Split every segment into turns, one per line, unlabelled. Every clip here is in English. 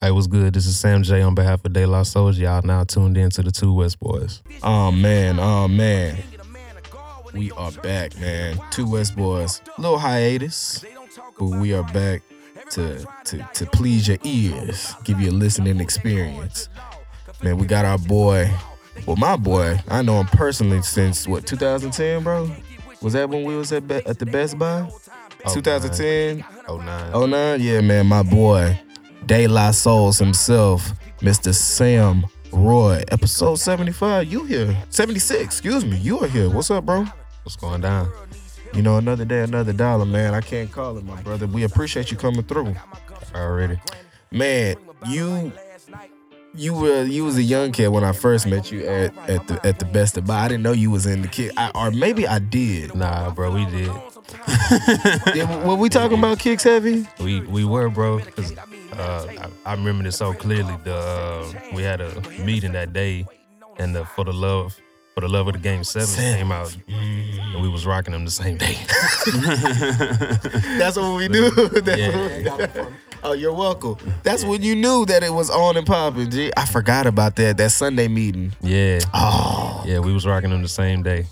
Hey, what's good? This is Sam J on behalf of De La Souls. Y'all now tuned in to the Two West Boys.
Oh man, oh man. We are back, man. Two West Boys. Little hiatus, but we are back to to to please your ears, give you a listening experience.
Man, we got our boy. Well, my boy. I know him personally since what 2010, bro. Was that when we was at be- at the Best Buy? 2010,
Oh nine.
09? Yeah, man, my boy. De La Souls himself, Mr. Sam Roy. Episode 75. You here? 76. Excuse me. You are here. What's up, bro?
What's going down?
You know, another day, another dollar, man. I can't call it, my brother. We appreciate you coming through.
Already.
Man, you you were you was a young kid when I first met you at, at the at the Best of Buy. I didn't know you was in the kid, I, or maybe I did.
Nah, bro, we did.
Yeah, were we talking about kicks heavy?
We we were, bro. 'cause, uh, I, I remember this so clearly. The uh, we had a meeting that day, and the for the love for the love of the game seven came out, and we was rocking them the same day.
That's what we do. That's
Yeah.
what we- oh, you're welcome. That's when you knew that it was on and popping. G. I forgot about that that Sunday meeting.
yeah,
Oh,
yeah, we was rocking them the same day.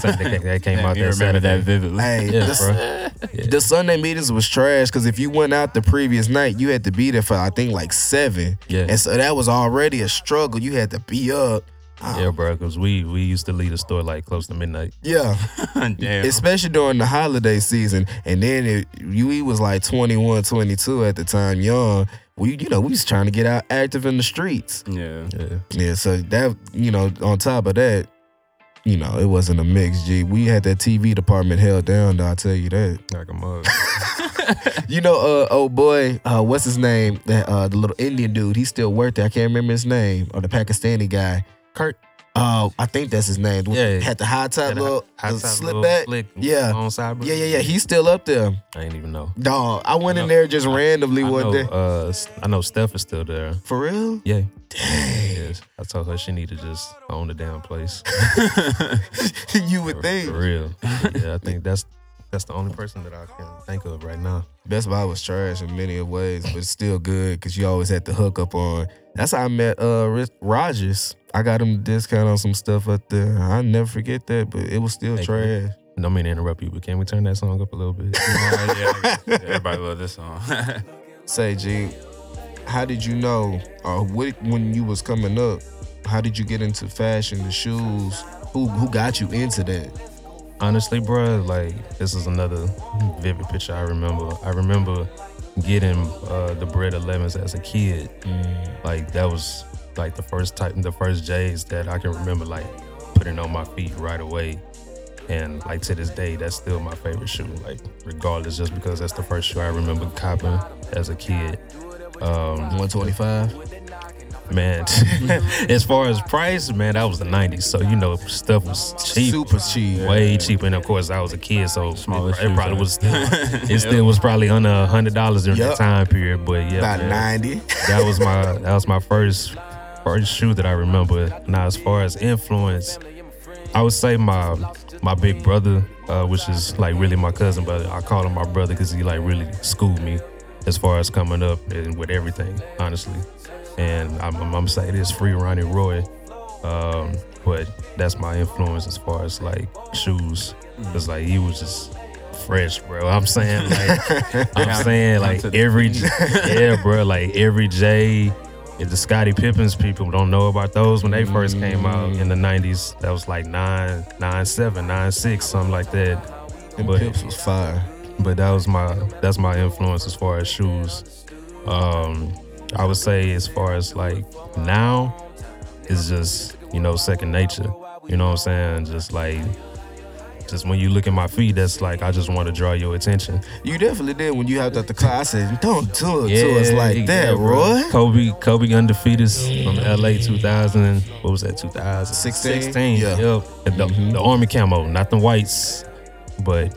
So they, they came out
you
that Saturday.
remember that vividly.
hey,
Yeah,
this-
bro.
The Sunday meetings was trash because if you went out the previous night, you had to be there for I think like seven.
Yeah.
And so that was already a struggle. You had to be up. Oh,
Yeah, bro. Cause we we used to leave the store like close to midnight.
Yeah.
Damn.
Especially during the holiday season. And then it, you we was like 21, 22 at the time, young. We, you know, we was trying to get out active in the streets.
yeah.
Yeah.
Yeah, so that, you know, on top of that, you know, it wasn't a mix, G. We had that TV department held down, though, I tell you that.
Like a mug.
You know, uh, oh boy, uh, what's his name? That uh, the little Indian dude. He still worked there. I can't remember his name. Or the Pakistani guy.
Kurt.
Uh, I think that's his name.
Yeah.
Had the high top
Had a
little
high
the
top
slip
little
back.
flick
Yeah.
On side
Yeah, yeah, yeah. He's still up there.
I ain't even know.
Dog, I went in
know.
there just randomly
I
one
know,
day.
uh, S- I know Steph is still there.
For real?
Yeah. Yes. I told her she need to just own the damn place.
you would
For-
think.
For real. Yeah, I think that's that's the only person that I can think of right now.
Best Buy was trash in many ways, but still good because you always had the hook up on. That's how I met uh Ri- Rogers. I got him a discount on some stuff up there. I never forget that, but it was still
Thank you.
trash.
Don't mean to interrupt you, but can we turn that song up a little bit?
yeah, yeah. Everybody love this song.
Say, G, how did you know, or what, when you was coming up, how did you get into fashion, the shoes? Who who got you into that?
honestly, bruh, like this is another vivid picture I remember. I remember getting uh, the bread 11s as a kid. Like that was like the first type, the first J's that I can remember like putting on my feet right away. And like to this day, that's still my favorite shoe. Like regardless, just because that's the first shoe I remember copping as a kid. Um,
125.
man, as far as price, man, that was the '90s, so you know stuff was cheap
Super cheap.
way cheaper. And of course, I was a kid, so
Smaller
it, it
shoes,
probably
huh?
was still, it still was probably under a hundred dollars during
Yup.
that time period. But yeah,
About
man,
90.
that was my that was my first first shoe that I remember. Now, as far as influence, I would say my my big brother, uh, which is like really my cousin, but I call him my brother because he like really schooled me as far as coming up and with everything, honestly. And I'm, I'm, I'm saying this free Ronnie Roy, um, but that's my influence as far as like shoes.
Mm.
Cause like he was just fresh, bro. I'm saying like I'm saying like
to the
every yeah, bro. Like every J, and the Scottie Pippins people don't know about those when they first came out
Mm.
in the '90s. That was like nine, nine seven, nine six, something like that.
Them
But-
pips was fire.
But that was my that's my influence as far as shoes. Um, I would say as far as like now, it's just you know second nature. You know what I'm saying? Just like. Just when you look at my feet, that's like I just want to draw your attention.
You definitely did when you hopped out the car. I said, don't do it to us like
yeah,
that,
bro.
Roy.
Kobe, Kobe undefeated from LA 2000. What was that? 2016.
16, yeah. Mm-hmm.
Yep. And The, the army camo, not the whites, but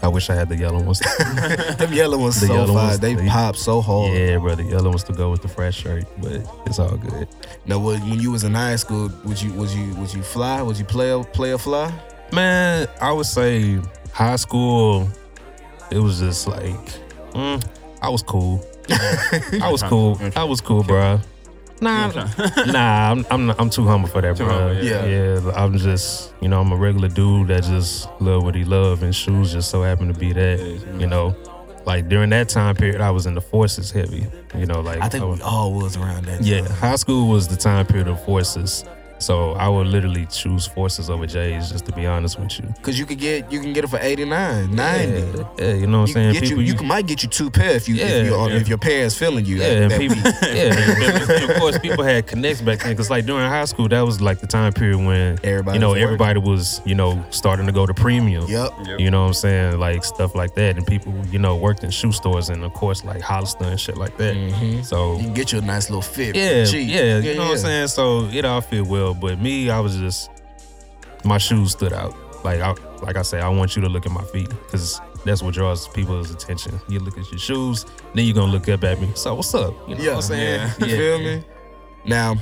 I wish I had the yellow ones.
Them yellow ones
The
so
yellow
fire.
ones,
they
they-
pop so hard.
yeah, bro. The yellow ones to go with the fresh shirt, but it's all good.
Now, when when you was in high school, would you was you was you fly? Was you play a play a fly?
Man, I would say high school, it was just like, mm, I was cool. I was cool. I was cool, bro. Nah, nah, I'm I'm, not, I'm too humble for that,
Too
bro.
humble,
yeah.
yeah, I'm just you know I'm a regular dude that just love what he love, and shoes just so happen to be that. You know, like during that time period, I was in the forces heavy. You know, like
I think
was-
we all was around that.
yeah,
time.
high school was the time period of forces. So I would literally choose forces over J's, just to be honest with you.
Cause you could get you can get it for 89, 90.
Yeah, yeah, you know what I'm saying?
You, can get you, you can- might get you two pair if you
Yeah,
if, you
yeah.
if your parents feeling you.
Yeah, and
that
people,
week.
yeah, and- and of course, people had connects back then because, like, during high school, that was like the time period when
Everybody
you know,
was working.
everybody was, you know, starting to go to premium.
Yep.
You know what I'm saying? Like stuff like that, and people, you know, worked in shoe stores and, of course, like Hollister and shit like that. So
You can get you a nice little fit.
yeah,
cheap.
Mm-hmm. yeah, you know what I'm saying. So it all fit well, but me, I was just my shoes stood out. Like I, like I say, I want you to look at my feet because that's what draws people's attention. You look at your shoes, then you're gonna look up at me. So what's up? You know
Yeah,
what I'm saying?
You
Yeah.
feel me? Now,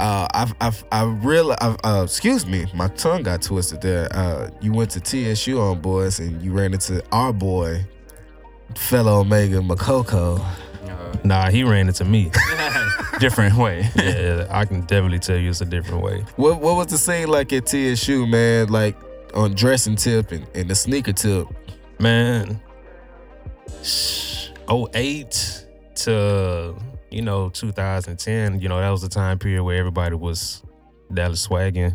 uh, I've, I've, I real, I've, uh, excuse me, my tongue got twisted there. Uh, you went to TSU on boys, and you ran into our boy, fellow Omega Makoko.
Nah, he ran into me.
Different way.
yeah, I can definitely tell you it's a different way.
What, what was the scene like at TSU, man? Like on dressing tip and, and the sneaker tip.
man 08 to you know 2010 you know that was the time period where everybody was dallas swagging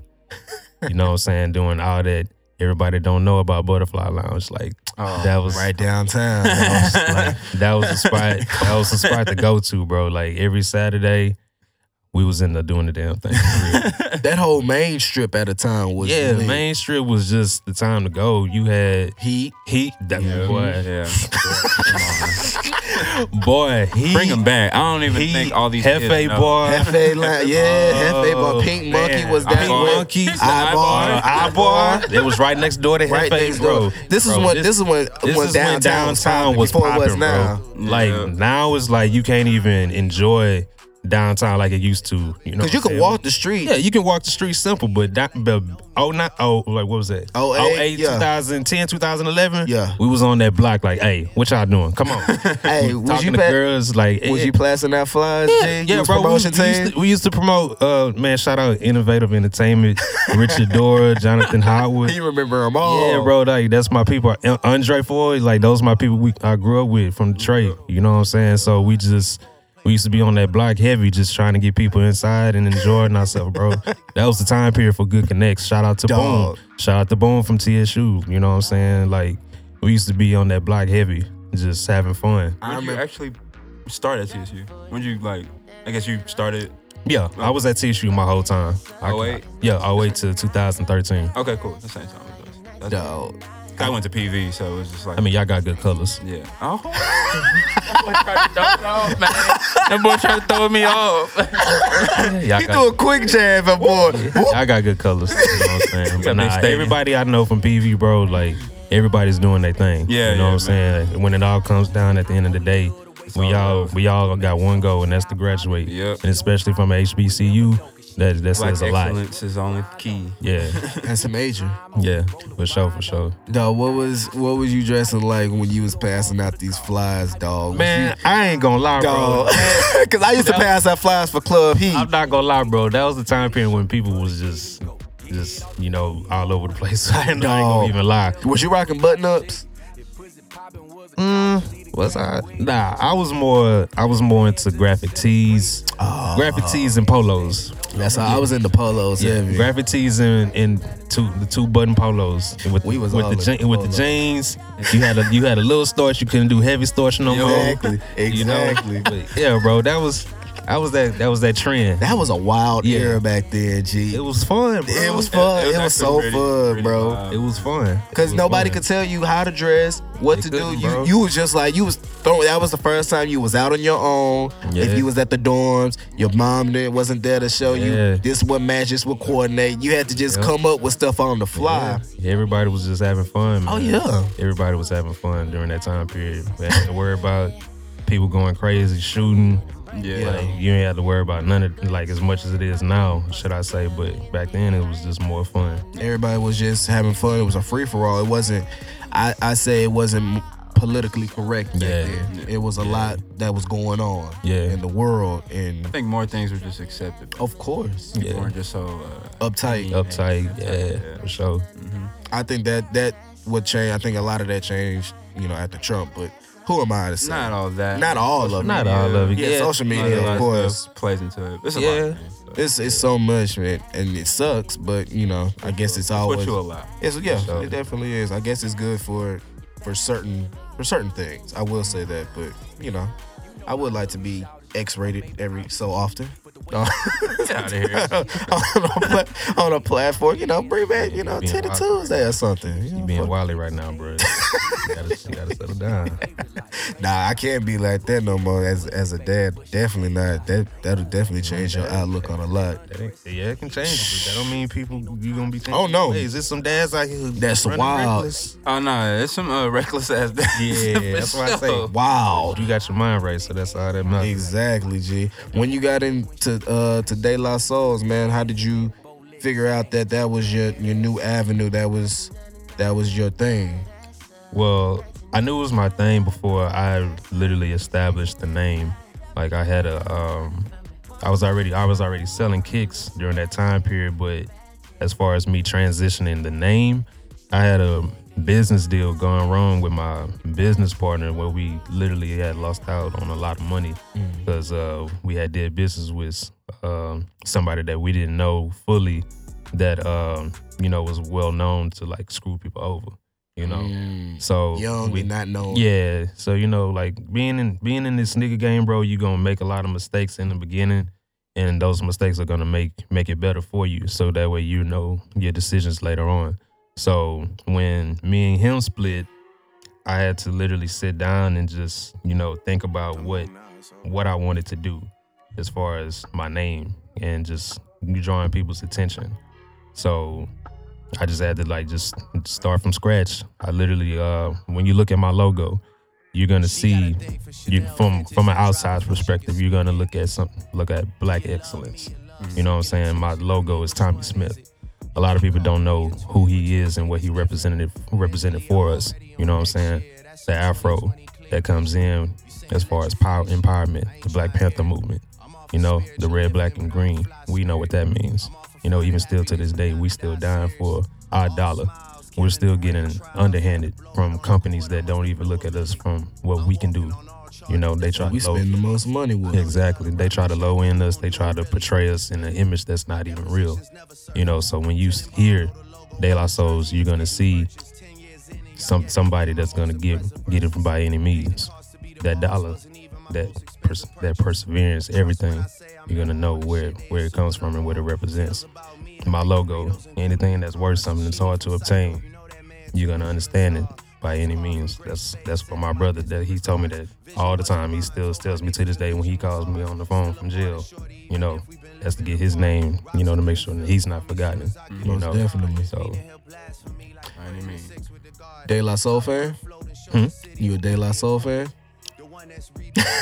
you know what i'm saying doing all that everybody don't know about butterfly lounge like that was
right downtown.
that
dog.
was, like, that was the spot that was the spot to go to bro like every saturday we was in there doing the damn thing for real.
that whole main strip at a time was
yeah
lit.
main strip was just the time to go you had
Heat.
heat that
Yeah.
boy
Yeah.
boy heat
Bring him back. I don't even think all these
Hefe
kids know.
boy. Oh,
Hefe line, yeah, Hefe boy, Pink Monkey was that
Pink
way.
monkey,
Eyeball,
eyeball. It was right next door to
uh, right
Hefe,
next
bro.
door. This is
Bro,
when this, is when
this
when
is
downtown, was
was
popping before
popping,
it was now.
bro. Like now, it's like you can't even enjoy downtown like it used to. You know,
Cause you
what I'm
could
saying?
walk the street.
Yeah, you can walk the street simple, but that, but oh, not oh, like what was that?
Oh, eight, yeah.
2010, 2011.
Yeah.
we was on that block. Like, hey, what y'all doing? Come on.
Hey, was
Talking
you
to
pa-
girls, like,
was
eh,
you passing out flies? G? You was
bro. We
Promotion
used, we,
team.
used to, we used to promote, uh, man, shout out Innovative Entertainment, Richard Dora, Jonathan Howard.
you remember them all?
Yeah, bro, like, that's my people. And Andre Floyd, like, those my people we I grew up with from Detroit. You know what I'm saying? So we just, we used to be on that block heavy, just trying to get people inside and enjoying ourselves, bro. That was the time period for good connects. Shout out to
Dog.
Boom. Shout out to Boom from TSU. You know what I'm saying? Like, we used to be on that block heavy, just having fun.
I
When you
remember-
actually start at TSU? When you like? I guess you started.
Yeah, I was at TSU my whole time.
Oh,
I-
08?
Yeah, I wait till 2013.
Okay, cool. The same time as us. That's-
Dog.
I went to PV, so it was just like.
I mean, y'all got good colors.
yeah. Oh. that boy tried to throw me off.
Y'all
He threw a
got,
quick jab at boy. Whoop.
y'all got good colors. You know what I'm saying? But
Got me
nah,
stating.
everybody I know from PV, bro, like everybody's doing their thing.
Yeah,
you know
yeah,
what I'm saying. When it all comes down at the end of the day, we all we all got one goal, and that's to graduate.
Yep.
And especially from a HBCU, that that
Black
says a lot.
excellence is only key.
Yeah,
That's a major.
yeah, for sure, for sure.
Dog, what was what was you dressing like when you was passing out these flies, dog? Was
Man, I ain't gonna lie,
you- dog.
bro.
Cause I used to pass out flies for Club Heat.
I'm not gonna lie, bro. That was the time period when people was just, just you know, all over the place. I ain't, I ain't
Dog.
gonna even lie.
Was you rocking Mm, button ups?
Was I? Nah, I was more. I was more into graphic tees,
Oh.
graphic tees and polos.
That's how I was in the polos. Yeah,
graphic tees and, and two the two button polos. And with
We was
with
all
the
in
je- with the
polos.
jeans. You had a you had a little starch. You couldn't do heavy starch no more.
exactly,
You know?
exactly.
But yeah, bro. That was that was that that was that trend.
That was a wild
Yeah.
era back then, G.
it was fun. Bro.
It was fun. It was, so
actually
fun,
pretty
bro.
wild.
It was fun. It
Cause
was
nobody
fun.
could tell you how to dress, what
They
to do.
couldn't,
You,
bro.
you was just like you was throwing. That was the first time you was out on your own.
Yeah.
If you was at the dorms, your mom there wasn't there to show
Yeah.
you this what match, this what coordinate. You had to just
Yep.
come up with stuff on the fly.
Yeah. Everybody was just having fun. Man.
Oh, yeah.
Everybody was having fun during that time period. We had to worry about people going crazy, shooting.
Yeah.
Like you ain't have to worry about none of like as much as it is now, should I say? But back then it was just more fun.
Everybody was just having fun. It was a free for all. It wasn't. I I say it wasn't. politically correct back
Yeah.
then. It was a lot that was going on
Yeah.
in the world, and
I think more things were just accepted.
of course,
People
Yeah.
weren't just so. Uh, mm-hmm.
uptight.
Uptight, yeah, for sure.
I think that that would change. I think a lot of that changed, you know, after Trump. But who am I to say?
not all that.
Not all of it.
Not all of it.
yeah,
Yeah,
social
Not
media,
a lot
of course.
stuff plays into it. It's a
Yeah.
lot. Man, so.
It's it's so much, man, and it sucks. But you know, I guess it's always
what you allow.
It's yeah,
So-
it definitely is. I guess it's good for for certain for certain things. I will say that, but you know, I would like to be X-rated every so often. on,
Get out of here.
a pla- on a platform, you know, bring back, you know,
Being
Titty
wild.
Tuesday or something. you know,
You being
fuck-
wily right now, bro. you, gotta, you gotta settle down.
Nah, I can't be like that no more. As as a dad, definitely not. That that'll definitely change your outlook on a lot.
That ain't- Yeah, it can change, but that don't mean people you gonna be. Thinking,
Oh, no.
Hey, is this some dads out here? who
That's
running
wild.
reckless?
Oh no, it's some uh, reckless ass.
Yeah, that's why I say-
Wow.
You got your mind right, so that's all that matters.
Exactly, G. When you got into uh to De La Souls, man, how did you figure out that that was your your new avenue? That was that was your thing.
Well, I knew it was my thing before I literally established the name. Like I had a, um, I was already I was already selling kicks during that time period. But as far as me transitioning the name, I had a business deal going wrong with my business partner where we literally had lost out on a lot of money because uh, we had did business with um, somebody that we didn't know fully that um, you know was well known to like screw people over. You know, so
Mm. Young
we,
and not known.
yeah. So you know, like being in being in this nigga game, bro, you gonna make a lot of mistakes in the beginning, and those mistakes are gonna make make it better for you. So that way you know your decisions later on. So when me and him split, I had to literally sit down and just you know think about what what I wanted to do as far as my name and just drawing people's attention. So I just had to like just start from scratch. I literally, uh, when you look at my logo, you're gonna see you from from an outside perspective. You're gonna look at some look at Black Excellence. You know what I'm saying? My logo is Tommy Smith. A lot of people don't know who he is and what he represented represented for us. You know what I'm saying? The Afro that comes in as far as power empowerment, the Black Panther movement. You know, the red, black, and green. We know what that means. You know, even still to this day, we still dying for our dollar. We're still getting underhanded from companies that don't even look at us from what we can do. You know, they try
We
to low
spend the most money with it.
Exactly. They try to low end us. They try to portray us in an image that's not even real. You know, so when you s- hear De La Souls, you're gonna see some somebody that's gonna get get it by any means. That dollar, that pers- that perseverance, everything. You're gonna know where where it comes from and what it represents. My logo, anything that's worth something that's hard to obtain, you're gonna understand it by any means. That's that's what my brother that he told me that all the time. He still tells me to this day when he calls me on the phone from jail. You know, that's to get his name. You know, to make sure that he's not forgotten. You
Most
know,
definitely.
So
I mean,
De La Soul fan?
Hmm?
You a De La Soul fan?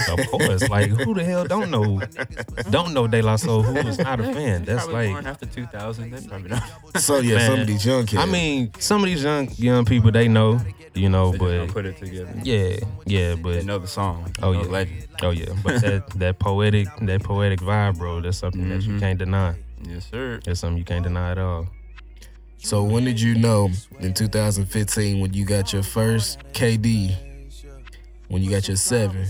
of course, like who the hell don't know don't know De La Soul who is not a fan. That's
probably
like
born after 2000. Then probably not.
So yeah,
Man.
some of these young kids.
I mean, some of these young young people they know, you know,
They just don't
but
put it together.
yeah, yeah,
They
but
know the song.
Oh,
Know
yeah.
legend.
oh yeah, but that that poetic that poetic vibe, bro, that's something that you can't deny.
Yes, sir.
It's something you can't deny at all.
so when did you know in 2015 when you got your first KD? When you got your seven?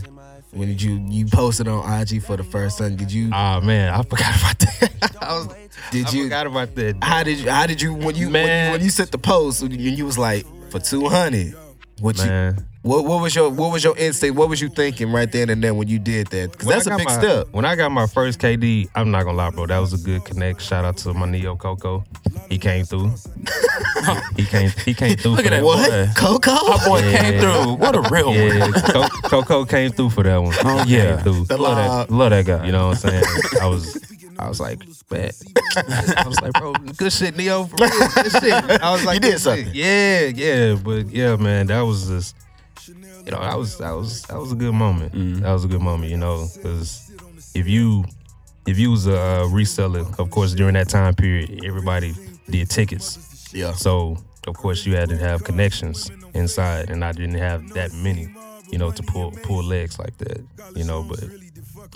When did you you posted on IG for the first time? Did you
Ah man, I forgot about that. I, was,
did
I
you
forgot about that.
How did you? How did you? When you when, you-
Man.
when you set the post and you was like for two hundred, what you?
Man,
What, what was your what was your instinct? What was you thinking right then and there when you did that? Because
When
that's
I got
a big
my-
step.
When I got my first KD, I'm not gonna lie, bro. That was a good connect. Shout out to my neo Coco. He came through. he came. He came through.
Look
for
at that
one.
What
boy.
Coco?
Boy
Yeah.
came through. What a real one.
Yeah, Co- Coco came through for that one. Oh
yeah.
through.
The
Love that, love that guy. You know what I'm saying? I was, I was like, man. I was like, bro, good shit, Neo. For real, good shit. I was like,
You did
good shit.
something.
Yeah, yeah, but yeah, man, that was just, you know, I was, I was, that was a good moment. That was a good moment, you know, because if you, if you was a uh, reseller, of course, during that time period, everybody did tickets.
Yeah.
So of course, you had to have connections inside, and I didn't have that many, you know, to pull pull legs like that, you know. But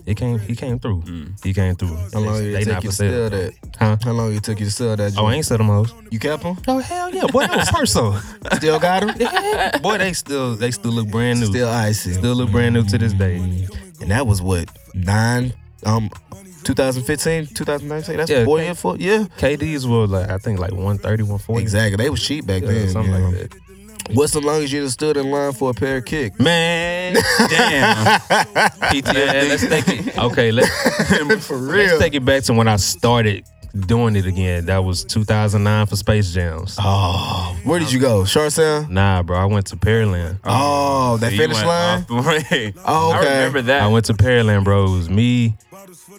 it came, he came through. He came through.
How long did
They
it
not
take you
for
to
sale.
sell that?
Huh?
How long it took you to sell that?
Oh, I
joint?
ain't said them hoes.
you kept them?
Oh hell yeah, boy, that was first though.
Still got them?
boy, they still they still look brand new.
Still icy.
Still look brand new to this day.
and that was what nine, um, 2015, 2019. That's
Yeah,
boy
okay.
in for yeah.
KDs were like I think like 130, 140.
Exactly. They was cheap back
Yeah,
then.
something
you know.
like that.
What's the longest you done stood in line for a pair of kicks?
Man,
Damn.
man, let's
PTSD.
take it. Okay, let's
For
let's take it back to when I started doing it again. That was 2009 for Space Jams.
Oh, where did you go? Short Sound.
Nah, bro, I went to Pearland.
Oh, that
So you
finish
went
line.
off the way.
Oh, okay.
I remember that.
I went to Pearland, bro. It was me.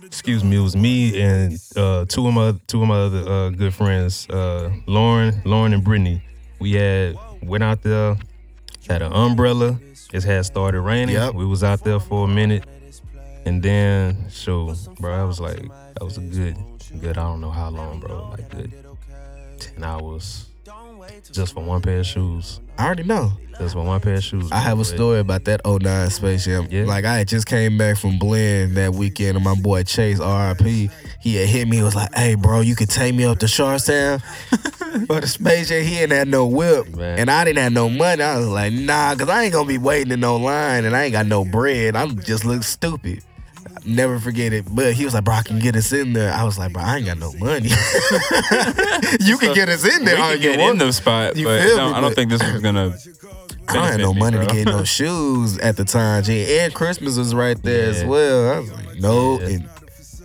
Excuse me. It was me and uh, two of my two of my other uh, good friends, uh, Lauren, Lauren and Brittany. We had went out there, had an umbrella. It had started raining.
Yep.
We was out there for a minute, and then so, bro, I was like, that was a good, good. I don't know how long, bro. Like good, ten hours, just for one pair of shoes.
I already know.
Just for one pair of shoes.
I have a
bro.
story about that 09 Space Jam.
Yeah.
Like, I had just came back from Blend that weekend, and my boy Chase, RIP, he had hit me. He was like, hey, bro, you could take me up to Sharktown for the Space Jam. He ain't had no whip,
Man.
and I didn't have no money. I was like, nah, because I ain't going to be waiting in no line, and I ain't got no bread. I'm just look stupid. Never forget it. But he was like, bro, I can get us in there. I was like, bro, I ain't got no money. you can get us in
we
there. all
could
you
get
want.
in the spot,
You
but
feel
no,
me,
I don't
but-
think this was gonna.
I had no
benefit me,
money to
bro.
get no shoes at the time, G. And Christmas was right there as
Yeah.
well. I was like, no.
Yeah.
And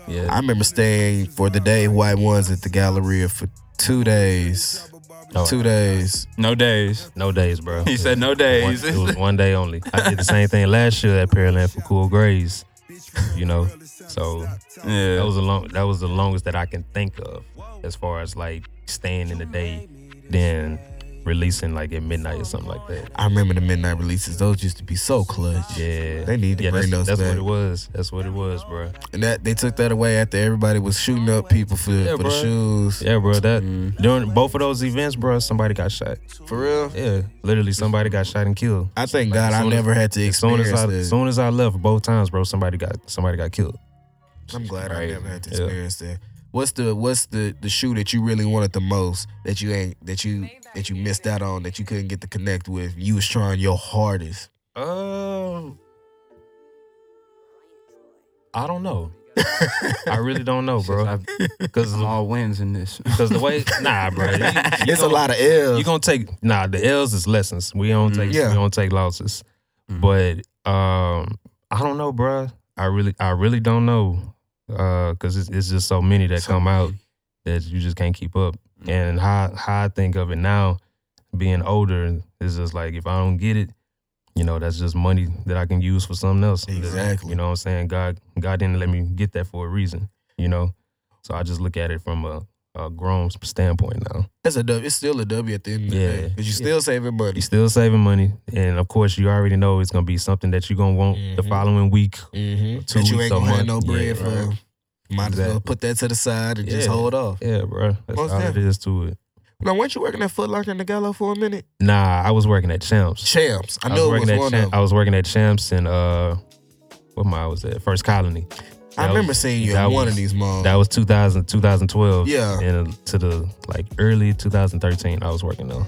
Yeah.
I remember staying for the day white ones at the Galleria for two days.
Oh,
Two days.
No days.
No days, bro.
He said no
One-
days.
it was one day only. I did the same thing last year at Pearland for Cool Grays. You know, so that
yeah.
was the long. That was the longest that I can think of, as far as like staying in the day, then releasing like at midnight or something like that.
I remember the midnight releases. Those used to be so clutch.
Yeah,
They need to
yeah,
bring
that's,
those
That's
back.
what it was. That's what it was, bro.
And that they took that away after everybody was shooting up people for, for the
bruh.
shoes.
Yeah, bro. That
Mm-hmm.
during both of those events, bro, somebody got shot.
For real?
Yeah, literally, somebody got shot and killed.
I thank
Like,
God
as
I
soon as-
never had to
As soon
experience
as I,
that.
as soon as I left, both times, bro, somebody got somebody got killed.
I'm glad I never had to
Yeah.
experience that. What's the what's the the shoe that you really wanted the most that you ain't that you that you missed out on that you couldn't get to connect with? You was trying your hardest.
Um, I don't know. I really don't know, bro. Because
all wins in this.
because the way nah, bro. You, you
it's
gonna,
a lot of L's.
You gonna take nah. The L's is lessons. We don't take.
Yeah. Mm-hmm.
We don't take losses. But um, I don't know, bro. I really, I really don't know. Uh, cause it's, it's just so many that
So
come out
many.
that you just can't keep up.
Mm.
And how how I think of it now, being older, is just like if I don't get it, you know, that's just money that I can use for something else.
Exactly.
You know what I'm saying? God God didn't let me get that for a reason. You know, so I just look at it from a, a grown standpoint now.
That's a W. It's still a W at the end of
Yeah.
the day because you
Yeah.
still saving money.
You're still saving money, and of course, you already know it's gonna be something that you're gonna want the
Mhm.
following week.
Mm-hmm.
Two
That you
weeks
ain't
a
gonna have
month.
no bread
Yeah,
for.
right.
Might as well
Exactly.
put that to the side and just
Yeah.
hold off.
Yeah, bro, that's
Most
all
definitely.
it is to it.
Now, weren't you working at Foot Locker and the Gallo for a minute?
Nah, I was working at Champs.
Champs. I,
I,
know
was
it was
working
one
at Champ-
of
I
them.
was working at Champs and uh, what mile was that? First Colony.
I,
that
remember
was-
seeing you
that
at one
was-
of these malls.
That was 2000, 2012.
Yeah.
and uh, to the like early 2013, I was working though.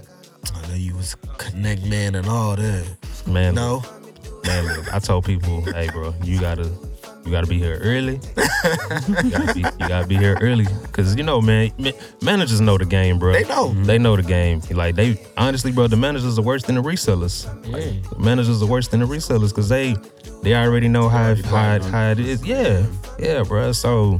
I know you was connect man and all that.
Man,
No.
man, look, I told people, hey, bro, you gotta, you gotta be here early. you, gotta be, you gotta be here early, cause you know, man, ma- managers know the game, bro.
They know.
They know the game. Like they, honestly, bro, the managers are worse than the resellers. Like, the managers are worse than the resellers, cause they, they already know how it, how, it, how it is. Yeah, yeah, bro. So.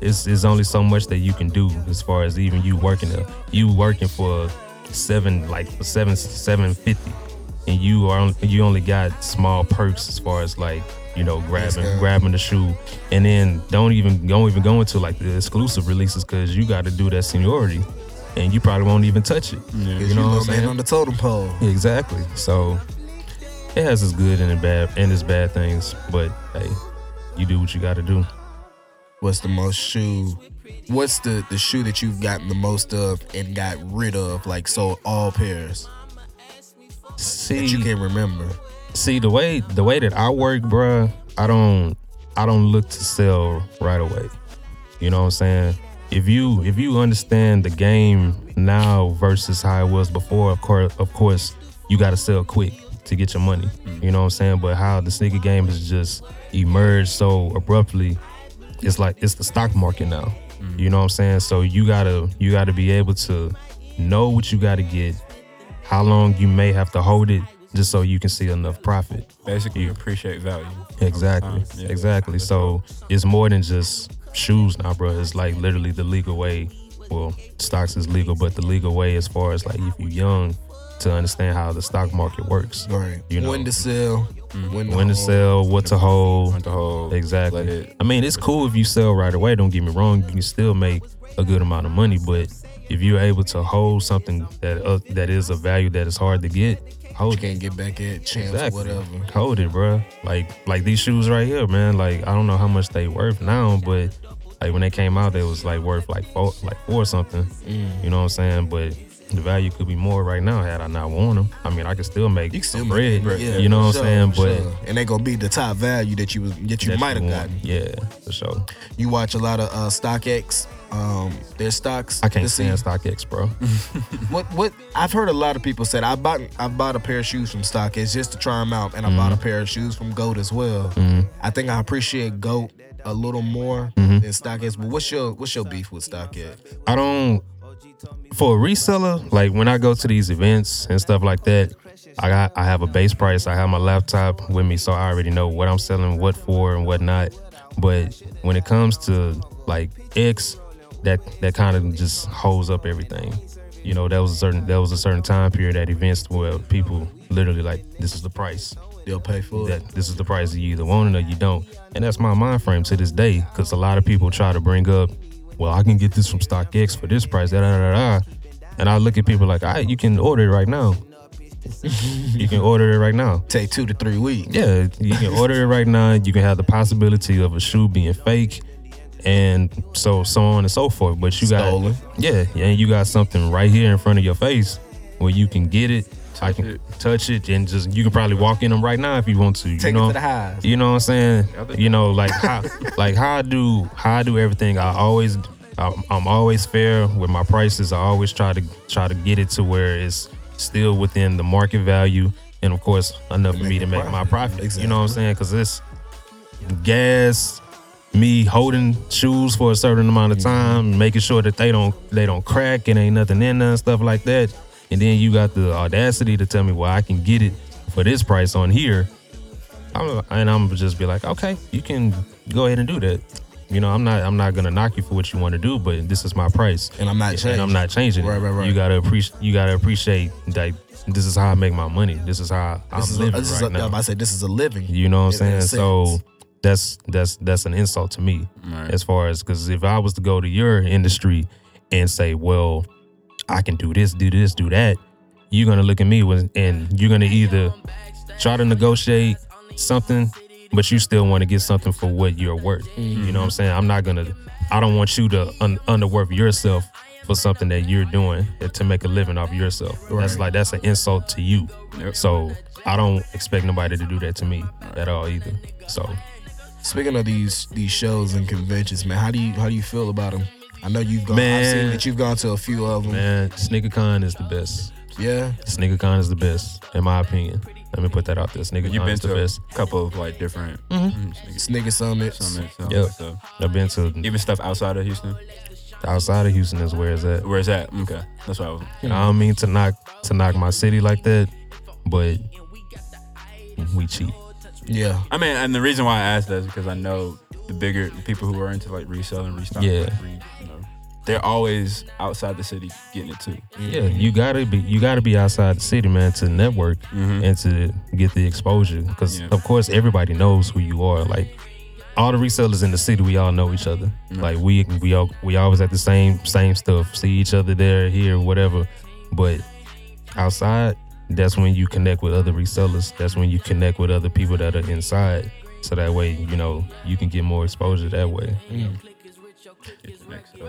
It's, it's only so much that you can do as far as even you working there. You working for seven like for seven seven fifty and you are you only got small perks as far as like you know grabbing
sir.
grabbing the shoe and then don't even don't even go into like the exclusive releases because you got to do that seniority and you probably won't even touch it
You know what I'm saying? on the totem pole.
exactly so it has its good and it bad and its bad things but hey you do what you got to do
What's the most shoe? What's the the shoe that you've gotten the most of and got rid of? Like sold all pairs
See,
that you can remember.
see the way the way that I work, bruh, I don't I don't look to sell right away. You know what I'm saying? If you if you understand the game now versus how it was before, of course of course you gotta sell quick to get your money. You know what I'm saying? But how the sneaker game has just emerged so abruptly, it's like it's the stock market now. You know what I'm saying? So you gotta you gotta be able to know what you gotta get, how long you may have to hold it just so you can see enough profit.
Basically, appreciate value.
Exactly.
Uh, yeah.
Exactly. So it's more than just shoes now, bro. It's like literally the legal way. Well, stocks is legal, but the legal way as far as like if you're young to understand how the stock market works.
Right.
You know. Mm-hmm.
when to sell. When,
When to
hold.
sell, what to
Went
hold.
the whole Let
Exactly.
it.
I mean, it's cool if you sell right away, don't get me wrong. You can still make a good amount of money, but if you're able to hold something that uh, that is a value that is hard to get, hold
You
it.
can't get back at chance
Exactly.
or whatever.
Coded, bro. Like like these shoes right here, man. Like I don't know how much they worth now, but like when they came out, they was like worth like four, like four something. You know what I'm saying? But the value could be more right now had I not worn them. I mean, I could still make
You can still
some
make
bread.
it, yeah,
you know what
for
I'm saying?
sure,
But
for sure. and they gonna be the top value that you was that you
that
might have
won.
gotten.
Yeah, for sure.
You watch a lot of uh, StockX. Um, their stocks.
I can't
to see.
stand StockX, bro.
What what I've heard a lot of people said I bought I bought a pair of shoes from StockX just to try them out, and I bought a
Mm-hmm.
pair of shoes from Goat as well. I think I appreciate Goat a little more
Mm-hmm.
than StockX. But what's your what's your beef with StockX?
I don't for a reseller, like when I go to these events and stuff like that, I got I have a base price. I have my laptop with me, so I already know what I'm selling, what for, and what not. But when it comes to like X, that that kind of just holds up everything. You know, that was a certain that was a certain time period at events where people literally like this is the price
They'll pay for it.
that this is the price that you either want it or you don't. And that's my mind frame to this day, because a lot of people try to bring up, well, I can get this from StockX for this price, da da da da. And I look at people like, all right, you can order it right now. you can order it right now.
Take two to three weeks.
Yeah, you can order it right now. You can have the possibility of a shoe being fake, and so so on and so forth. But you
Stolen.
got yeah, yeah, and you got something right here in front of your face where you can get it. I can
it.
touch it and just you can probably walk in them right now if you want to. You
Take it
know,
to the highs.
You know what I'm saying? You know, like how, like how I do how I do everything. I always I'm, I'm always fair with my prices. I always try to try to get it to where it's still within the market value, and of course enough for me to make my profit. You know what I'm saying? Because this gas, me holding shoes for a certain amount
Mm-hmm.
of time, making sure that they don't they don't crack and ain't nothing in there and stuff like that. And then you got the audacity to tell me, well, I can get it for this price on here. I'm, and I'm just be like, okay, you can go ahead and do that. You know, I'm not I'm not gonna knock you for what you want to do, but this is my price,
And I'm not
and
changing.
I'm not changing. it.
Right, right, right.
You gotta appreciate. You gotta appreciate that this is how I make my money. This is how
This
I'm
is a,
living
this is
right
a,
now.
I said this is a living.
You know what
in
I'm
a
saying? So
sense.
that's that's that's an insult to me
Right.
as far as because if I was to go to your industry and say, well, I can do this, do this, do that, you're gonna look at me with, and you're gonna either try to negotiate something, but you still want to get something for what you're worth. You know what I'm saying? I'm not gonna. I don't want you to un- underwork yourself for something that you're doing to make a living off yourself. That's like that's an insult to you.
Yep.
So I don't expect nobody to do that to me at all either. So
Speaking of these these shows and conventions, man, how do you how do you feel about them? I know you've gone. I've seen
Man.
that you've gone to a few of them.
man, SneakerCon is the best.
Yeah,
SneakerCon is the best in my opinion. Let me put that out there.
You've
SneakerCon
been
is the
to
best.
a couple of like different mm, sneaker
Snicker Summits.
summits, so-
Yep.
so-
I've been to
even stuff outside of Houston.
outside of Houston is where it's at.
Where's that? Okay, that's what I was.
And I don't mean to knock to knock my city like that, but we cheap.
Yeah,
I mean, and the reason why I asked that is because I know the bigger the people who are into like reselling, restocking,
Yeah.
like, re, you know, they're always outside the city getting it too.
Yeah, you gotta be you gotta be outside the city, man, to network
Mm-hmm.
and to get the exposure. Because
Yeah.
of course everybody knows who you are. Like all the resellers in the city, we all know each other. Like we we all we always at the same same stuff. See each other there, here, whatever. But outside, that's when you connect with other resellers. That's when you connect with other people that are inside. so that way you know you can get more exposure that way.
It's the next, uh,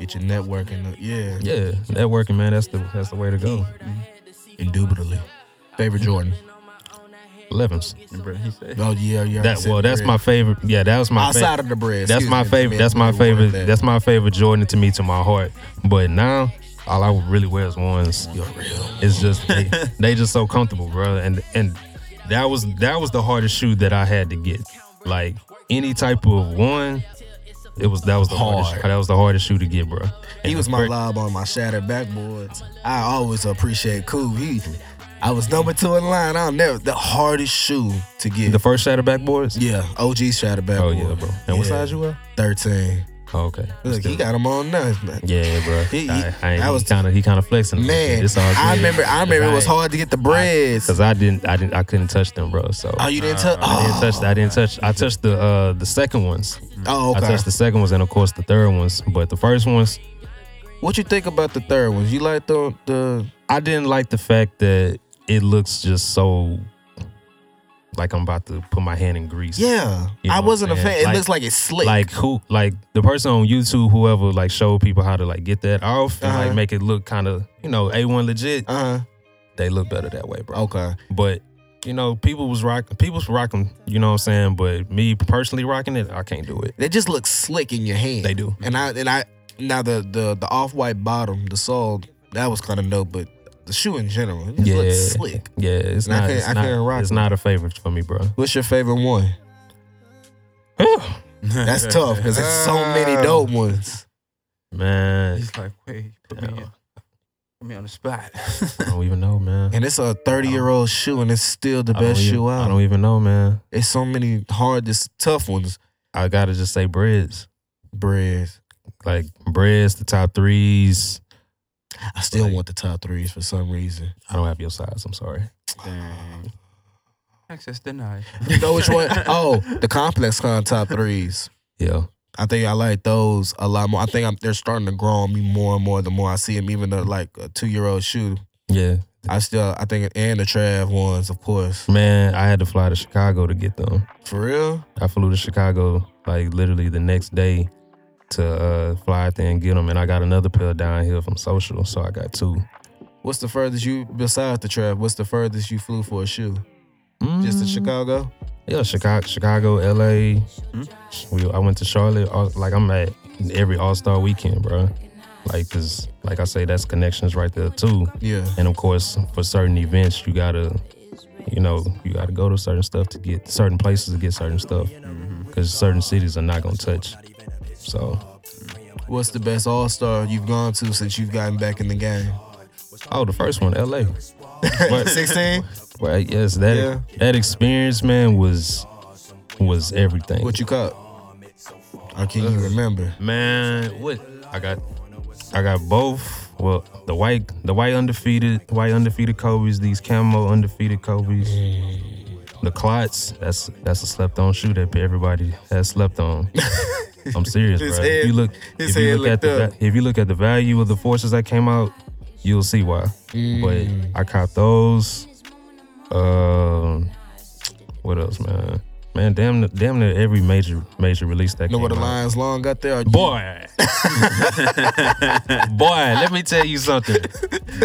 Get your networking. up. Yeah.
Yeah, networking, man. That's the that's the way to go.
Indubitably. Favorite Jordan.
Elevens.
remember he said.
Oh yeah, yeah. I
That
said
well, that's
bread.
my favorite. Yeah, that was my favorite.
outside of the bread.
That's
excuse
my
me,
favorite.
man,
That's my
the word
favorite.
that-
That's my favorite Jordan to me to my heart. But now, all I really wear is ones.
You're real.
It's just they, they just so comfortable, bro. And and that was that was the hardest shoe that I had to get. Like any type of one, it was that was the hardest.
Hard.
That was the hardest shoe to get, bro.
He
And
was
the
my
fir-
lob on my shattered backboards. I always appreciate Cool. He, I was number two in line. I'll never the hardest shoe to get.
the first Shatterback boards.
yeah, OG shattered backboard.
Oh yeah, bro. And what
Yeah,
size you were?
Thirteen.
Oh, okay.
Look, he got him on nuts, man.
Yeah, bro.
He- he-
I, I, ain't-
I
he
was-
kind of he kind of flexing. a little bit.
Man,
It's all
I
good.
remember. I remember it was
I-
hard to get the breads.
Cause I didn't, I didn't, I couldn't touch them, bro. So
oh, you didn't touch.
I didn't
Oh,
touch. I didn't touch. I touched the uh the second ones.
oh,
I
okay.
touched the second ones, and of course the third ones. But the first ones,
What you think about the third ones? You like the the?
I didn't like the fact that it looks just so like I'm about to put my hand in grease.
Yeah,
You know
I
what
wasn't a
I'm
fan.
saying?
It
Like-
looks like it's slick.
Like who? Like the person on YouTube, whoever like showed people how to like get that off and
Uh-huh.
like make it look kind of you know A1 legit.
uh
They look better that way, bro.
huh. Okay.
But you know, people was rocking. People's rocking. You know what I'm saying? But me personally rocking it, I can't do it.
They just look slick in your hand.
They do.
And I and I now the the the off white bottom, the sole that was kind of dope, but the shoe in general, it just
yeah,
looks slick.
Yeah, it's
And I
not.
can't-
it's
I
not,
can't rock
it's
it.
not a favorite for me, bro.
What's your favorite one? That's tough because there's so many dope ones.
man,
He's like, wait, put me,
Yeah.
in- put me on the spot.
I don't even know, man.
And it's a 30 year old shoe, and it's still the
I don't
best
even-
shoe
I
out.
don't even know, man.
There's so many hard, this tough ones.
I gotta just say breads.
Breads.
Like breads, the top threes.
I still
Like-
want the top threes for some reason.
I don't have your size. I'm sorry.
Dang. Access denied.
You know which one? Oh, the complex con top threes.
Yeah,
I think I like those a lot more. I think I'm, they're starting to grow on me more and more the more I see them. Even though like a two year old shoe,
yeah,
I still I think and the Trav ones, of course.
man. I had to fly to Chicago to get them.
For real,
I flew to Chicago like literally the next day to uh, fly out there and get them, and I got another pair down here from social, so I got two.
what's the furthest you besides the Trav? What's the furthest you flew for a shoe? Just to
Mm.
Chicago?
Yeah, Chicago, Chicago, LA.
Hmm?
We, I went to Charlotte. all- Like I'm at every All Star weekend, bro. Like, cause like I say, that's connections right there too.
Yeah.
And of course, for certain events, you gotta, you know, you gotta go to certain stuff to get certain places to get certain stuff,
Mm-hmm.
cause certain cities are not gonna touch. So,
What's the best All Star you've gone to since you've gotten back in the game?
oh, the first one, LA. But-
Sixteen.
Right? Yes, that
Yeah.
that experience, man, was was everything.
What you caught? Or can you remember?
Man, what I got? I got both. Well, the white, the white undefeated, white undefeated Kobe's, these camo undefeated Kobe's, the clots. That's that's a slept on shoe that everybody has slept on. I'm serious,
His
bro.
head-
if you look,
his
if you
head
look at
looked
the,
up.
va- if you look at the value of the forces that came out, you'll see why.
Mm.
But I caught those. Um, what else, man? Man, damn, near- damn near every major major release that
Know
came
where the
out.
lines long got there? Or you-
Boy. Boy, let me tell you something.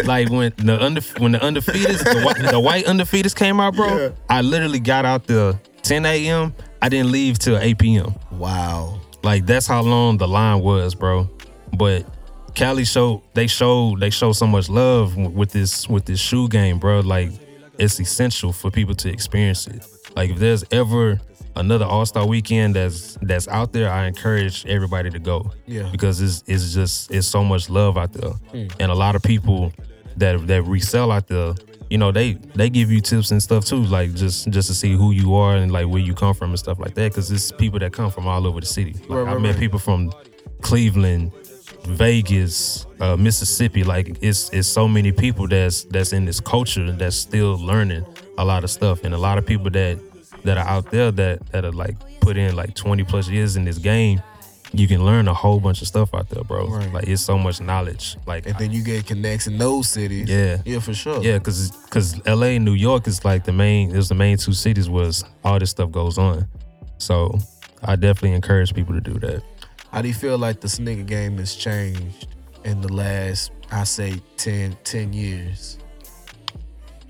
Like when the under when the undefeateds, the white, the white undefeateds came out, bro,
Yeah.
I literally got out there 10 a.m. I didn't leave till 8 p.m.
Wow.
Like that's how long the line was, bro. But Cali showed they showed they showed so much love w- with this with this shoe game, bro. Like it's essential for people to experience it. Like if there's ever another All Star Weekend that's that's out there, I encourage everybody to go.
Yeah.
Because it's it's just it's so much love out there, and a lot of people that that resell out there. You know they they give you tips and stuff too, like just just to see who you are and like where you come from and stuff like that. Because it's people that come from all over the city. Like,
Right, right,
I met
right.
people from Cleveland, Vegas, uh, Mississippi. Like it's it's so many people that's that's in this culture that's still learning a lot of stuff, and a lot of people that that are out there that that are like put in like twenty plus years in this game. You can learn a whole bunch of stuff out there, bro.
Right.
Like it's so much knowledge. Like
And then you get connects in those cities.
Yeah.
Yeah, for sure.
yeah, cause cause L.A. and New York is like the main. It was the main two cities was all this stuff goes on. So I definitely encourage people to do that.
How do you feel like the sneaker game has changed in the last, I say, 10, 10 years?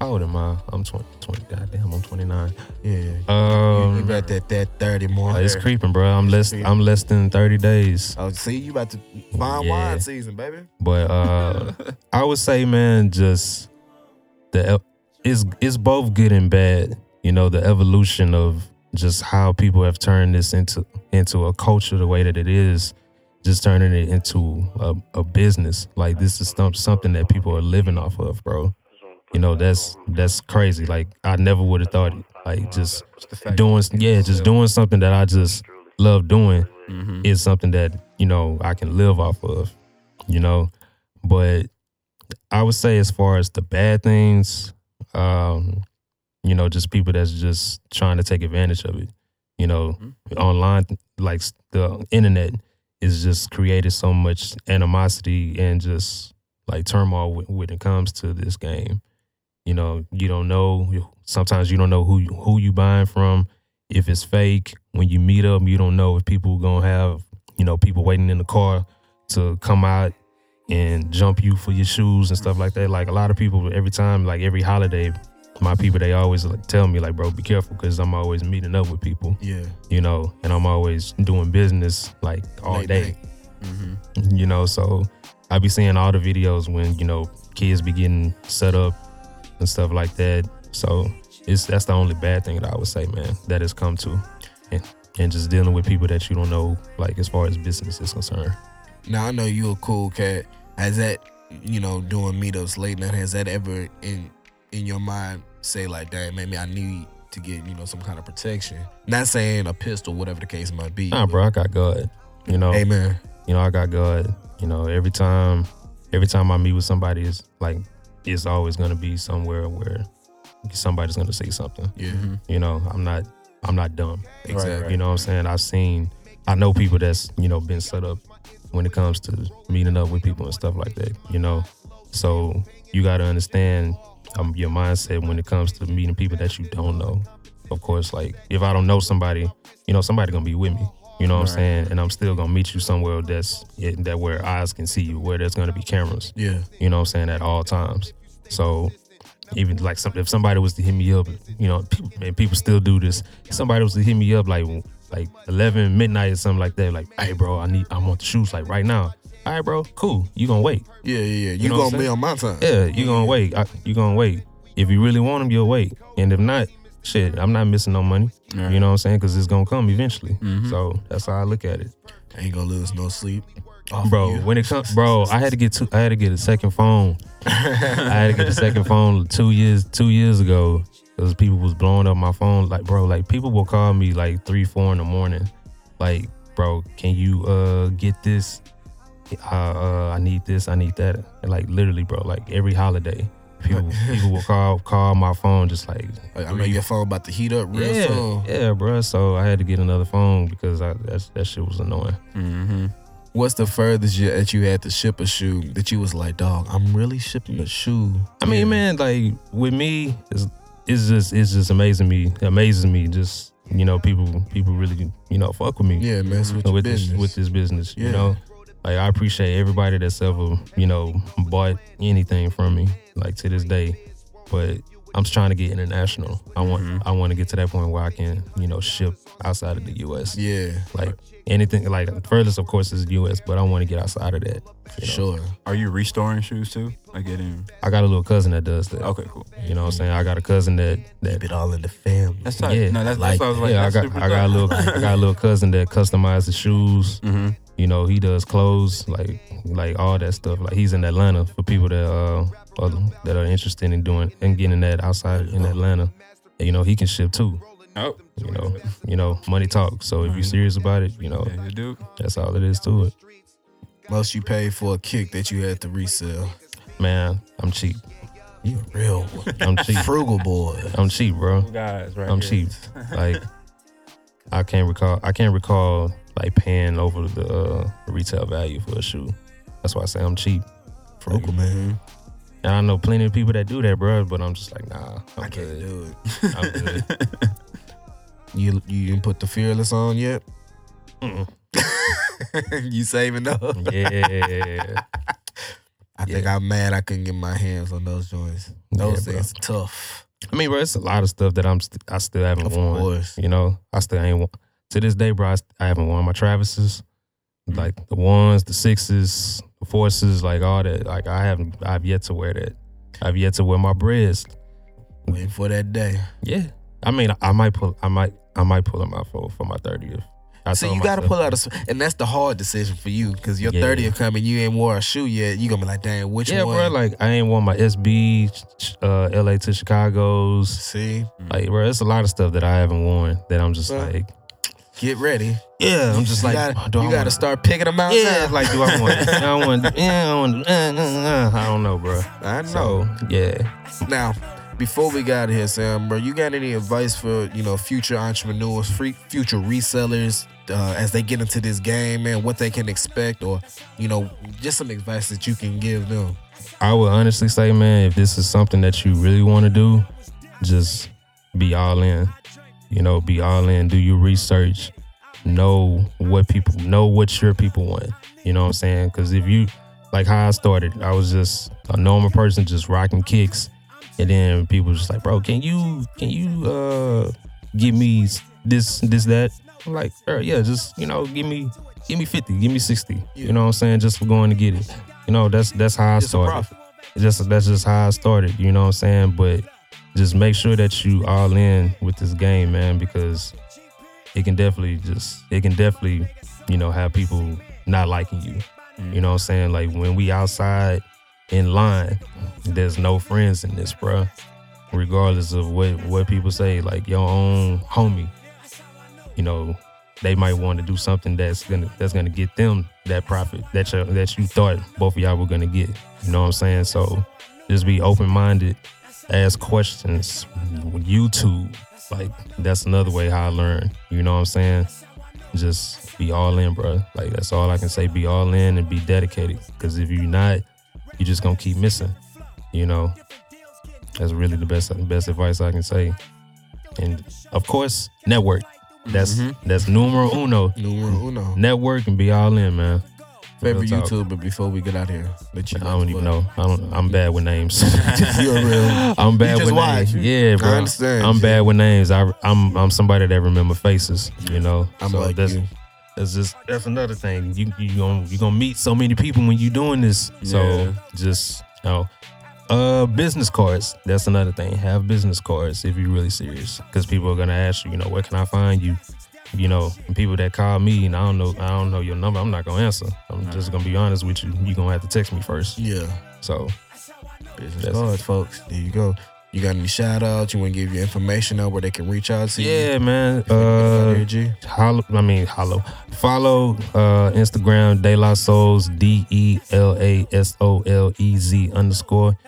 How old am I? I'm 20. 20 goddamn, I'm 29.
Yeah.
Um,
you about that that 30
uh,
mark.
it's creeping, bro. I'm less.
creeping.
I'm less than 30 days.
Oh, see, you about to fine
Yeah.
wine season, baby.
But uh, I would say, man, just the e, it's it's both good and bad. You know, the evolution of just how people have turned this into into a culture, the way that it is, just turning it into a, a business. Like this is some- something that people are living off of, bro. You know, that's that's crazy. Like I never would have thought it. Like just
the fact
doing, yeah, just doing something that I just love doing
Mhm.
is something that you know I can live off of, you know. But I would say as far as the bad things, um, you know, just people that's just trying to take advantage of it, you know,
Mhm.
online like s- the internet is just created so much animosity and just like turmoil when, when it comes to this game. You know, you don't know. Sometimes you don't know who you, who you buying from if it's fake. When you meet up, you don't know if people gonna have you know people waiting in the car to come out and jump you for your shoes and stuff like that. Like a lot of people, every time, like every holiday, my people they always like tell me like, bro, be careful because I'm always meeting up with people,
Yeah.
you know, and I'm always doing business like all
Late
day
night.
Mm-hmm.
you know so i be seeing all the videos when you know kids be getting set up and stuff like that so it's that's the only bad thing that i would say man that has come to and, and just dealing with people that you don't know like as far as business is concerned
Now I know you a cool cat. Has that, you know, doing meetups late night, has that ever in in your mind say like, dang, maybe I need to get, you know, some kind of protection? Not saying a pistol, whatever the case might be.
nah bro i got god you know
Hey man.
you know i got god you know every time every time i meet with somebody it's like it's always gonna be somewhere where somebody's gonna say something
Yeah.
you know i'm not i'm not dumb
Exactly.
You know what I'm saying? I've seen, I know people that's, you know, been set up when it comes to meeting up with people and stuff like that, you know? So you got to understand um, your mindset when it comes to meeting people that you don't know. Of course, like if I don't know somebody, you know, somebody going to be with me. You know what I'm
Right.
saying? And I'm still going to meet you somewhere that's that where eyes can see you, where there's going to be cameras
Yeah.
you know what I'm saying, at all times. So even like some, if somebody was to hit me up, you know, people, and people still do this. If somebody was to hit me up like like 11 midnight or something like that, like, hey bro, I need I want the shoes like right now. All right, bro, cool. You gonna wait?
Yeah, yeah, yeah. You,
know what I'm
gonna be on my time.
Yeah, you gonna wait? I, you gonna wait? If you really want them, you'll wait. And if not, shit, I'm not missing no money.
Right.
You know what I'm saying? Because it's gonna come eventually. So that's how I look at it.
Ain't gonna lose no sleep. off of
Bro,
you.
when it comes, bro, I had to get two. I had to get a second phone. I had to get a second phone two years two years ago because people was blowing up my phone. Like, bro, like people will call me like three, four in the morning. Like, bro, can you uh get this? Uh, uh I need this. I need that. And, like, literally, bro. Like every holiday, people people will call call my phone just like
Like, I know your phone about to heat up real
yeah,
soon.
yeah, bro. So I had to get another phone because I that that shit was annoying.
Mm-hmm.
What's the furthest you, that you had to ship a shoe that you was like, dog, I'm really shipping a shoe.
I mean, man, like with me, it's, it's just it's just amazing me, amazes me. Just you know, people people really you know fuck with me
Yeah, man, it's with, your
with this
business.
with this business.
Yeah.
You know, like I appreciate everybody that's ever you know bought anything from me, like to this day. But I'm just trying to get international. I want
Mm-hmm.
I want to get to that point where I can you know ship outside of the U.S.
yeah,
Like anything, like furthest of course is the U.S., but I want to get outside of that. You know?
sure.
Are you restoring shoes too? Like getting
I got a little cousin that does that.
okay, cool.
You know what I'm saying? I got a cousin that that
Keep it all in the family.
That's tight.
Yeah,
no, that's, that's what I was like.
yeah, I
that's
got,
super
I got a
tight.
little, I got a little cousin that customizes the shoes.
Mhm.
You know, he does clothes, like, like all that stuff. Like he's in Atlanta for people that uh are, that are interested in doing and getting that outside in Atlanta. And, you know, he can ship too.
Oh,
You know, you know, money talks. So if you're serious about it, you know,
Mm-hmm. yeah, you do.
that's all it is to it.
Most you paid for a kick that you had to resell.
Man, I'm cheap.
You a real one.
I'm cheap.
frugal boy.
I'm cheap, bro.
Guys, right
I'm
here.
cheap. Like I can't recall. I can't recall like paying over the uh, retail value for a shoe. That's why I say I'm cheap.
Frugal man.
And I know plenty of people that do that, bro. But I'm just like, nah. I'm
I can't
good.
do it.
I'm good.
You you didn't put the fearless on yet? you saving up?
Yeah.
I think I'm mad I couldn't get my hands on those joints. Those
Yeah, bro.
things tough.
I mean, bro, it's a lot of stuff that I'm st- I still haven't
Of
worn.
course.
You know, I still ain't worn. To this day, bro, I, st- I haven't worn my Travises, like the ones, the sixes, the forces, like all that. Like I haven't, I've yet to wear that. I've yet to wear my breads.
Waiting for that day.
Yeah, I mean, I, might pull, I might, I might pull them out for for my thirtieth.
So you got to pull out a, s- and that's the hard decision for you because your
Yeah.
30th coming, you ain't wore a shoe yet. You gonna be like, dang, which
Yeah,
one?
bro. Like I ain't worn my SB, ch- uh, LA to Chicago's.
See,
Like, bro, it's a lot of stuff that I haven't worn that I'm just
Mm. Bro.
like,
get ready.
yeah, I'm just
You
like,
gotta,
oh, do I
you
wanna-
gotta start picking them out.
Yeah,
now.
like do I want? I don't want. Yeah, I want. Uh, uh, uh, I don't know, bro.
I know.
So yeah,
Now, before we got here, Sam, bro, you got any advice for you know future entrepreneurs, free, future resellers, uh, as they get into this game, man, what they can expect, or you know, just some advice that you can give them.
I would honestly say, man, if this is something that you really want to do, just be all in. You know, be all in. Do your research. Know what people know what your people want. You know what I'm saying? Because if you like how I started, I was just a normal person, just rocking kicks, and then people was just like, bro, can you can you uh give me s- this this that? I'm like, "Bro, yeah, just you know, give me give me fifty, give me sixty. You know what I'm saying? Just for going to get it. You know, that's that's how I
Just a
started.
profit.
Just that's just how I started. You know what I'm saying? But just make sure that you all in with this game, man, because it can definitely just it can definitely you know have people not liking you. You know what I'm saying? Like when we outside in line, there's no friends in this, bruh. Regardless of what what people say, like your own homie, you know, they might want to do something that's gonna that's gonna get them that profit that you that you thought both of y'all were gonna get. You know what I'm saying? So just be open minded, ask questions. YouTube, like that's another way how I learn. You know what I'm saying? Just be all in, bro. Like that's all I can say. Be all in and be dedicated. Cause if you're not, you're just gonna keep missing. You know, that's really the best best advice I can say. And of course, network. That's
Mm-hmm.
that's numero uno.
Numero uno.
Network and be all in, man. Real
Favorite
talk.
YouTuber before we get out here. Let you
I don't even know. I don't. I'm bad with names.
You're real.
I'm bad
just
with names.
watch.
Yeah, bro.
understand.
I'm bad with names. I, I'm I'm somebody that remember faces. You know.
I'm
So
like
that's,
you.
That's just that's another thing. You you gonna you gonna meet so many people when you doing this.
Yeah.
So just you know, uh, business cards. That's another thing. Have business cards if you're really serious, because people are gonna ask you. You know, where can I find you? You know, and people that call me and I don't know I don't know your number. I'm not gonna answer. I'm just gonna be honest with you. You gonna have to text me first.
Yeah.
So
Business
That's-
cards, folks. There you go. You got any shout outs? You want to give your information out where they can reach out to you?
yeah, man.
Out
Uh,
here, G?
Hollow, I mean hollow. Follow uh Instagram De La Souls D E L A S O L E Z underscore.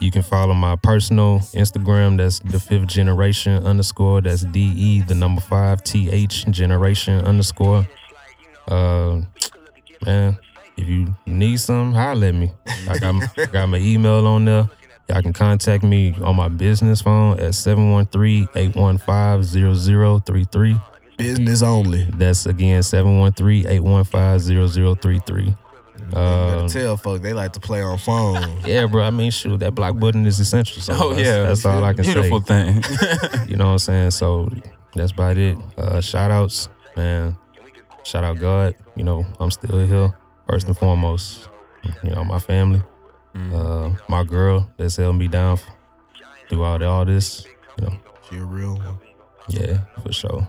You can follow my personal Instagram. That's the fifth generation underscore. That's D E the number five T H generation underscore. Uh, man, if you need some, holler at me. I got my, I got my email on there. Y'all can contact me on my business phone at 713-815-0033.
Business only.
That's again 713-815-0033.
Better
Um,
tell folks they like to play on phones.
yeah, bro. I mean, shoot, that block button is essential. So
Oh,
that's,
yeah.
that's all I can
Beautiful thing.
say. You know what I'm saying? So that's about it. Uh, shout outs, man. Shout out God. You know, I'm still here. First and foremost, you know, my family,
Mm.
uh, my girl that's held me down f- throughout all this. You know,
She a real one.
yeah, for sure.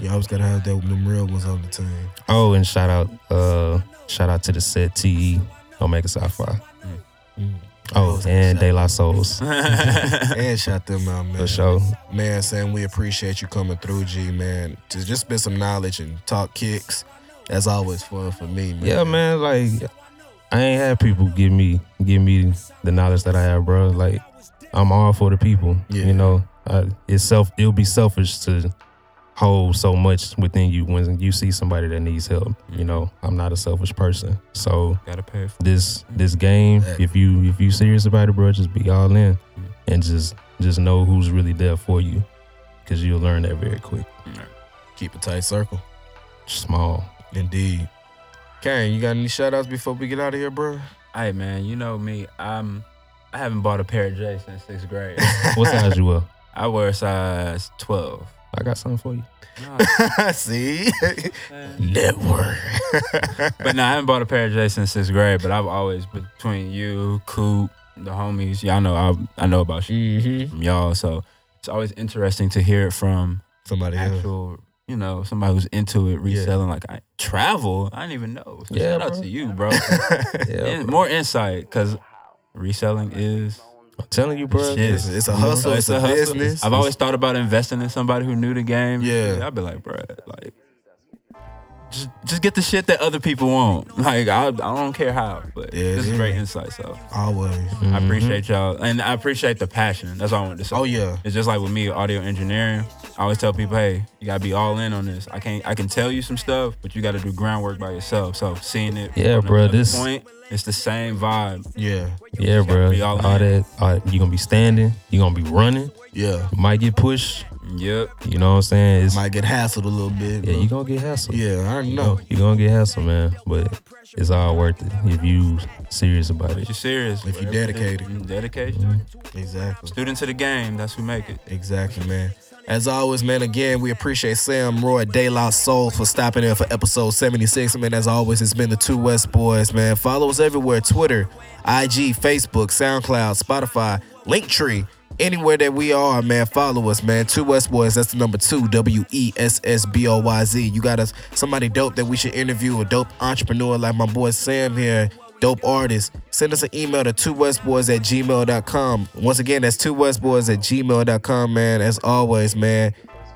You always gotta have that them real ones on the team.
Oh, and shout out, uh, shout out to the set TE Omega Sci-Fi. Oh, and De La Souls
and shout them out, man.
for sure.
Man, Sam, we appreciate you coming through, G, man. It's just been some knowledge and talk kicks. That's always fun for me, man.
Yeah, man. Like, I ain't had people give me give me the knowledge that I have, bro. Like, I'm all for the people.
Yeah.
You know, I, it's self. It'll be selfish to hold so much within you when you see somebody that needs help. You know, I'm not a selfish person, so.
Gotta pay for
this this game. If you if you serious about it, bro, just be all in, and just just know who's really there for you. because you'll learn that very quick.
Keep a tight circle.
Small.
Indeed. Kane, you got any shout outs before we get out of here, bro?
Hey man, you know me. I'm. I haven't bought a pair of J's since sixth grade.
What size you wear?
I wear a size twelve.
I got something for you.
No,
See?
man.
Network.
but no, I haven't bought a pair of J's since sixth grade. But I've always between you, Coop, the homies. Y'all know I I know about shit
mm-hmm.
from y'all. So it's always interesting to hear it from
Somebody else.
actual. You know, somebody who's into it, reselling like I travel. I didn't even know. So
Yeah,
shout out
bro.
to you, bro.
Yeah,
In- more insight, because reselling is
I'm telling you, bro.
Shit.
It's, it's a hustle. It's, a,
hustle.
business.
I've always thought about investing in somebody who knew the game.
Yeah.
I'd be like, bro, like, just, just get the shit that other people want. Like, I, I don't care how, but
Yeah,
this
yeah.
is great insight. So
always.
I appreciate y'all, and I appreciate the passion. That's all I wanted to say.
Oh yeah.
It's just like with me, audio engineering. I always tell people, hey, you gotta be all in on this. I can't, I can tell you some stuff, but you gotta do groundwork by yourself. So seeing it,
Yeah,
from
bro,
another
this-
point, it's the same vibe.
Yeah.
Yeah, bro.
be
All,
all in.
that. All that. You're going to be standing. You're going to be running.
Yeah.
You might get pushed.
Yep.
You know what I'm saying? It's,
Might get hassled a little bit.
yeah,
but-
you're going to get hassled.
yeah, I already
You know,
know.
you're going to get hassled, man. But it's all worth it if you serious about
If
it.
you're serious,
If you're
bro,
dedicated.
everything- Mm, dedication.
Exactly.
Student to the game, that's who make it.
Exactly, man. As always, man, again, we appreciate Sam Roy, Daylight Soul, for stopping in for episode 76. Man, as always, it's been the Two West Boys, man. Follow us everywhere Twitter, IG, Facebook, SoundCloud, Spotify, Linktree, anywhere that we are, man. Follow us, man. Two West Boys, that's the number two, W E S S B O Y Z. You got us somebody dope that we should interview, a dope entrepreneur like my boy Sam here dope artists, send us an email to 2westboys at gmail.com. Once again, that's 2westboys at gmail.com, man. As always, man,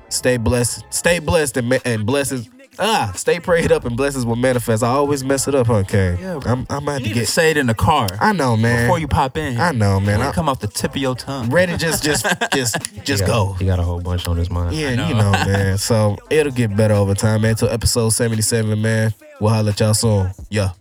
stay blessed. Stay blessed and, ma- and blessings. Ah, stay prayed up and blessings will manifest. I always mess it up, huh, Kane?
Yeah, bro.
I'm, I'm about
You
to
need to
get.
say it in the car
I know, man.
before you pop in.
I know, man.
It'll
I'm
come off the tip of your tongue.
ready. Just, just, just, just
He got-
go.
He got a whole bunch on his mind.
Yeah, you know, man. So it'll get better over time, man. Till episode 77, man. We'll holler at y'all soon. Yeah.